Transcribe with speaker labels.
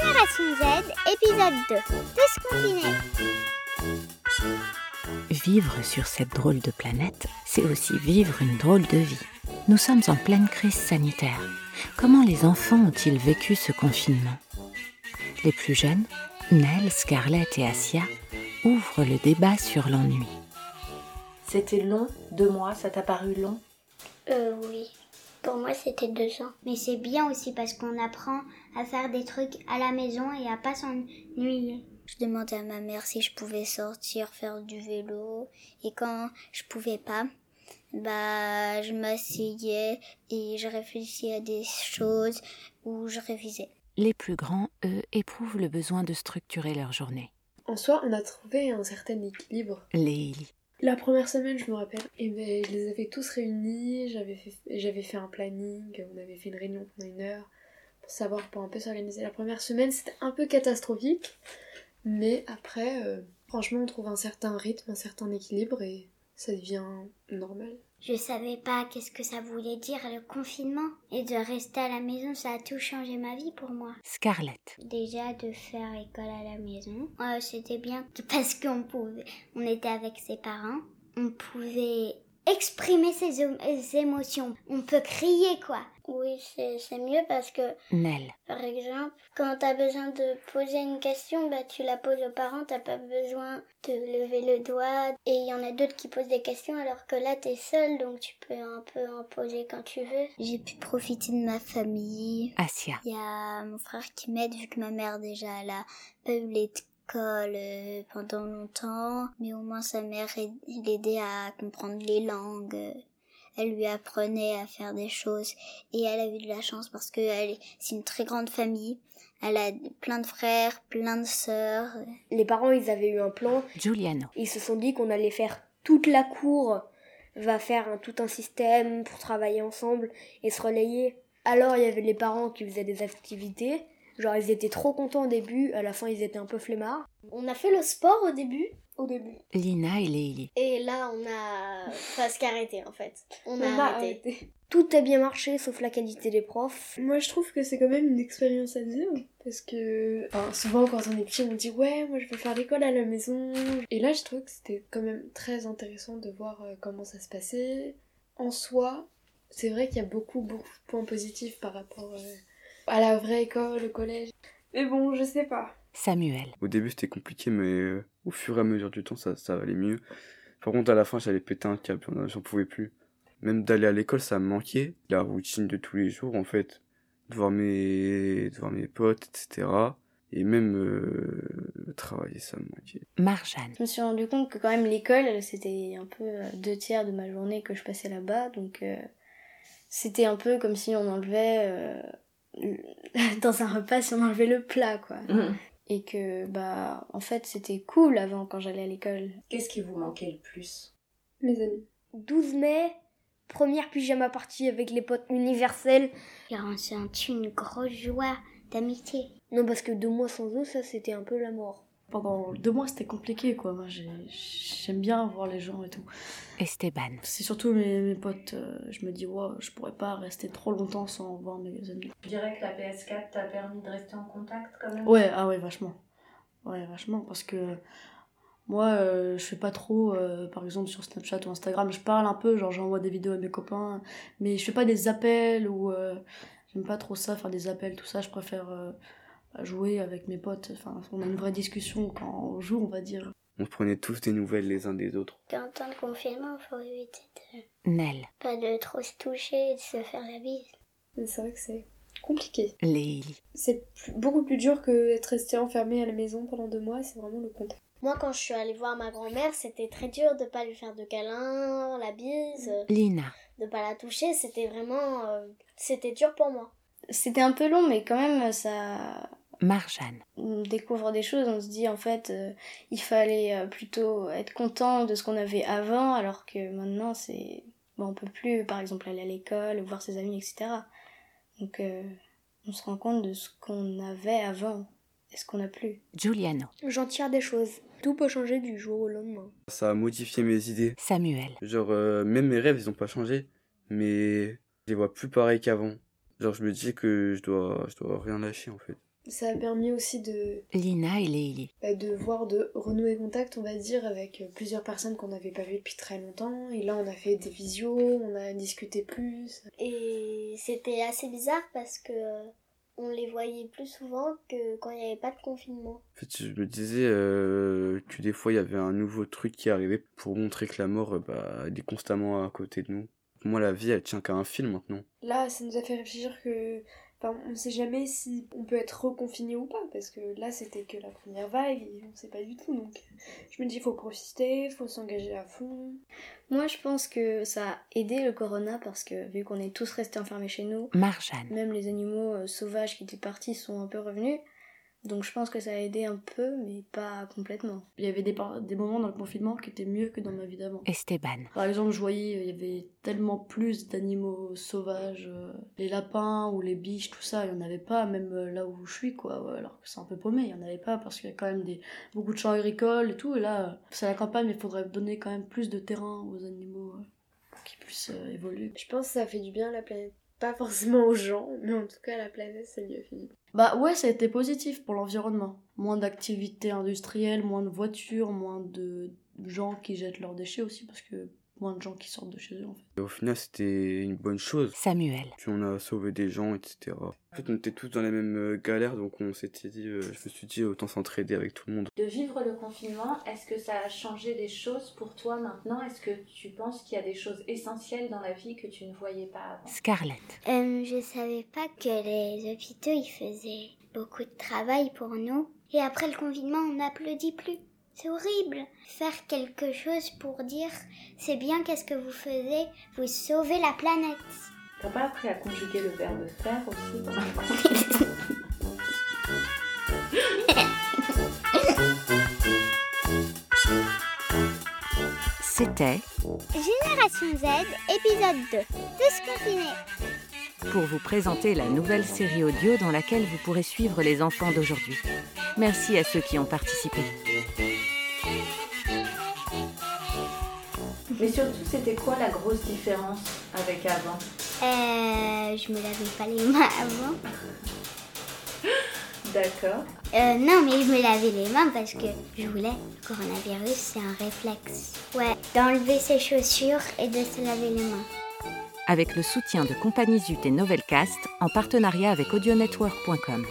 Speaker 1: Génération Z, épisode 2. Desconfiné.
Speaker 2: Vivre sur cette drôle de planète, c'est aussi vivre une drôle de vie. Nous sommes en pleine crise sanitaire. Comment les enfants ont-ils vécu ce confinement Les plus jeunes, Nell, Scarlett et Asia, ouvrent le débat sur l'ennui.
Speaker 3: C'était long, deux mois, ça t'a paru long
Speaker 4: Euh, oui. Pour moi, c'était deux ans.
Speaker 1: Mais c'est bien aussi parce qu'on apprend à faire des trucs à la maison et à pas s'ennuyer.
Speaker 4: Je demandais à ma mère si je pouvais sortir faire du vélo et quand je pouvais pas, bah je m'asseyais et je réfléchissais à des choses ou je révisais.
Speaker 2: Les plus grands, eux, éprouvent le besoin de structurer leur journée.
Speaker 3: En soi, on a trouvé un certain équilibre.
Speaker 2: Léili.
Speaker 3: La première semaine, je me rappelle, et ben, je les avais tous réunis, j'avais fait, j'avais fait un planning, on avait fait une réunion pendant une heure pour savoir, pour un peu s'organiser. La première semaine, c'était un peu catastrophique, mais après, euh, franchement, on trouve un certain rythme, un certain équilibre et ça devient normal.
Speaker 1: Je savais pas qu'est-ce que ça voulait dire le confinement et de rester à la maison, ça a tout changé ma vie pour moi.
Speaker 2: Scarlett.
Speaker 1: Déjà de faire école à la maison, euh, c'était bien parce qu'on pouvait, on était avec ses parents, on pouvait exprimer ses, émo- ses émotions, on peut crier quoi.
Speaker 4: Oui, c'est c'est mieux parce que,
Speaker 2: Nell.
Speaker 4: par exemple, quand t'as besoin de poser une question, bah tu la poses aux parents, t'as pas besoin de lever le doigt. Et il y en a d'autres qui posent des questions alors que là t'es seul, donc tu peux un peu en poser quand tu veux. J'ai pu profiter de ma famille.
Speaker 2: Asia.
Speaker 4: Il y a mon frère qui m'aide vu que ma mère déjà elle a pas eu l'école euh, pendant longtemps, mais au moins sa mère aid- il aidait à comprendre les langues. euh, Elle lui apprenait à faire des choses et elle a eu de la chance parce que elle est- c'est une très grande famille. Elle a plein de frères, plein de sœurs.
Speaker 5: Les parents, ils avaient eu un plan.
Speaker 2: Giuliano.
Speaker 5: Ils se sont dit qu'on allait faire toute la cour, va faire un- tout un système pour travailler ensemble et se relayer. Alors, il y avait les parents qui faisaient des activités. Genre, ils étaient trop contents au début, à la fin, ils étaient un peu flemmards.
Speaker 6: On a fait le sport au début. Au début.
Speaker 2: Lina et Léili.
Speaker 6: Et là, on a presque arrêté en fait. On, a, arrêté.
Speaker 5: Tout a bien marché, sauf la qualité des profs.
Speaker 3: Moi je trouve que c'est quand même une expérience à vivre parce que enfin, souvent quand on est petit on dit ouais moi je veux faire l'école à la maison et là je trouve que c'était quand même très intéressant de voir euh, comment ça se passait. En soi c'est vrai qu'il y a beaucoup beaucoup de points positifs par rapport euh, à la vraie école, au collège. Mais bon je sais pas.
Speaker 2: Samuel.
Speaker 7: Au début, c'était compliqué, mais euh, au fur et à mesure du temps, ça, ça allait mieux. Par contre, à la fin, j'allais péter un câble, j'en- j'en pouvais plus. Même d'aller à l'école, ça me manquait. La routine de tous les jours, en fait. De voir mes, de voir mes potes, etc. Et même euh, travailler, ça me manquait.
Speaker 2: Marjane.
Speaker 6: Je me suis rendu compte que quand même l'école, c'était un peu euh, deux tiers de ma journée que je passais là-bas. Donc euh, c'était un peu comme si on enlevait euh, le- dans un repas si on enlevait le plat quoi. Et que bah en fait c'était cool avant quand j'allais à l'école.
Speaker 8: Qu'est-ce qui vous manquait le plus
Speaker 3: Mes amis.
Speaker 5: 12 mai, première pyjama partie avec les potes universels.
Speaker 1: J'ai ressenti une grosse joie d'amitié.
Speaker 5: Non, parce que deux mois sans eux, ça, c'était un peu la mort.
Speaker 9: pendant deux mois, c'était compliqué, quoi. Moi, j'ai- j'aime bien voir les gens et tout.
Speaker 2: Esteban.
Speaker 9: C'est surtout mes, mes potes. euh, je me dis, ouais, je pourrais pas rester trop longtemps sans voir mes amis.
Speaker 8: Je dirais que la PS4 t'a permis de rester en contact quand même.
Speaker 9: Ouais, ah ouais, vachement. Ouais, vachement, parce que moi, euh, je fais pas trop, euh, par exemple, sur Snapchat ou Instagram, je parle un peu, genre j'envoie des vidéos à mes copains, mais je fais pas des appels ou. euh, J'aime pas trop ça, faire des appels, tout ça, je préfère euh, jouer avec mes potes. Enfin, on a une vraie discussion quand on joue, on va dire.
Speaker 7: On prenait tous des nouvelles les uns des autres.
Speaker 4: Quand temps de confinement, faut éviter de
Speaker 2: Nell.
Speaker 4: pas de trop se toucher et de se faire la bise.
Speaker 3: Mais c'est vrai que c'est compliqué.
Speaker 2: Léili.
Speaker 3: C'est plus- beaucoup plus dur que d'être resté enfermé à la maison pendant deux mois, c'est vraiment le contraire.
Speaker 6: Moi quand je suis allée voir ma grand-mère, c'était très dur de pas lui faire de câlin, la bise.
Speaker 1: Mm.
Speaker 2: Lina.
Speaker 6: de pas la toucher, c'était vraiment euh, c'était dur pour moi. C'était un peu long mais quand même ça
Speaker 2: Marjane.
Speaker 6: on découvre des choses, on se dit en fait euh, il fallait euh, plutôt être content de ce qu'on avait avant alors que maintenant c'est bon, on peut plus par exemple aller à l'école voir ses amis etc. Donc euh, on se rend compte de ce qu'on avait avant. est-ce qu'on a plus
Speaker 2: Giuliano,
Speaker 5: J'en tire des choses. Tout peut changer du jour au lendemain.
Speaker 7: Ça a modifié mes idées.
Speaker 2: Samuel,
Speaker 7: Genre, euh, même mes rêves, ils ont pas changé, mais je les vois plus pareils qu'avant. Genre, je me dis que je dois, je dois rien lâcher, en fait.
Speaker 3: Ça a permis aussi de,
Speaker 2: Lina et Leili,
Speaker 3: bah, de voir, de renouer contact, on va dire, avec euh, plusieurs personnes qu'on n'avait pas vues depuis très longtemps. Et là, on a fait des visios, on a discuté plus.
Speaker 4: Et c'était assez bizarre parce que euh, on les voyait plus souvent que quand il n'y avait pas de confinement.
Speaker 7: En fait, je me disais euh, que des fois, il y avait un nouveau truc qui arrivait pour montrer que la mort, euh, bah, elle est constamment à côté de nous. Pour moi, la vie, elle tient qu'à un fil maintenant.
Speaker 3: Là, ça nous a fait réfléchir que. Enfin, on sait jamais si on peut être reconfiné ou pas, parce que là, c'était que la première vague et on sait pas du tout. Donc, je me dis, faut profiter, faut s'engager à fond.
Speaker 6: Moi, je pense que ça a aidé le corona parce que vu qu'on est tous restés enfermés chez nous,
Speaker 2: Marjane,
Speaker 6: même les animaux euh, sauvages qui étaient partis sont un peu revenus. Donc je pense que ça a aidé un peu, mais pas complètement.
Speaker 9: Il y avait des, par- des moments dans le confinement qui étaient mieux que dans ma vie d'avant.
Speaker 2: Esteban,
Speaker 9: Par exemple, je voyais, il y avait tellement plus d'animaux sauvages. euh, Les lapins ou les biches, tout ça, il n'y en avait pas, même euh, là où je suis, quoi. ouais, Alors que c'est un peu paumé, il n'y en avait pas parce qu'il y a quand même des, beaucoup de champs agricoles et tout. Et là, euh, c'est la campagne, mais il faudrait donner quand même plus de terrain aux animaux euh, pour qu'ils puissent euh, évoluer.
Speaker 3: Je pense que ça fait du bien à la planète. Pas forcément aux gens, mais en tout cas à la planète, ça lui a fait du bien.
Speaker 9: Bah ouais, ça a été positif pour l'environnement. Moins d'activités industrielles, moins de voitures, moins de gens qui jettent leurs déchets aussi parce que moins de gens qui sortent de chez eux en fait.
Speaker 7: Et au final, c'était une bonne chose.
Speaker 2: Samuel,
Speaker 7: Puis on a sauvé des gens, etc. En fait, on était tous dans la même euh, galère, donc on s'était dit, euh, je me suis dit, autant s'entraider avec tout le monde.
Speaker 8: De vivre le confinement, est-ce que ça a changé des choses pour toi maintenant Est-ce que tu penses qu'il y a des choses essentielles dans la vie que tu ne voyais pas avant
Speaker 2: Scarlett,
Speaker 1: Euh, je savais pas que les hôpitaux ils faisaient beaucoup de travail pour nous. Et après le confinement, on n'applaudit plus. C'est horrible. Faire quelque chose pour dire c'est bien qu'est-ce que vous faisiez, vous sauvez la planète.
Speaker 8: T'as pas appris à conjuguer le verbe faire aussi dans le confinement
Speaker 2: c'était
Speaker 1: Génération Z, épisode 2. Tous confinés.
Speaker 2: pour vous présenter la nouvelle série audio dans laquelle vous pourrez suivre les enfants d'aujourd'hui. Merci à ceux qui ont participé.
Speaker 8: Mais surtout, c'était quoi la grosse différence avec avant
Speaker 1: Euh, je me lavais pas les mains avant.
Speaker 8: D'accord.
Speaker 1: Euh, non, mais je me lavais les mains parce que je voulais. Le coronavirus, c'est un réflexe. Ouais, d'enlever ses chaussures et de se laver les mains.
Speaker 2: Avec le soutien de Compagnie Zut et Novelcast en partenariat avec audionetwork.com.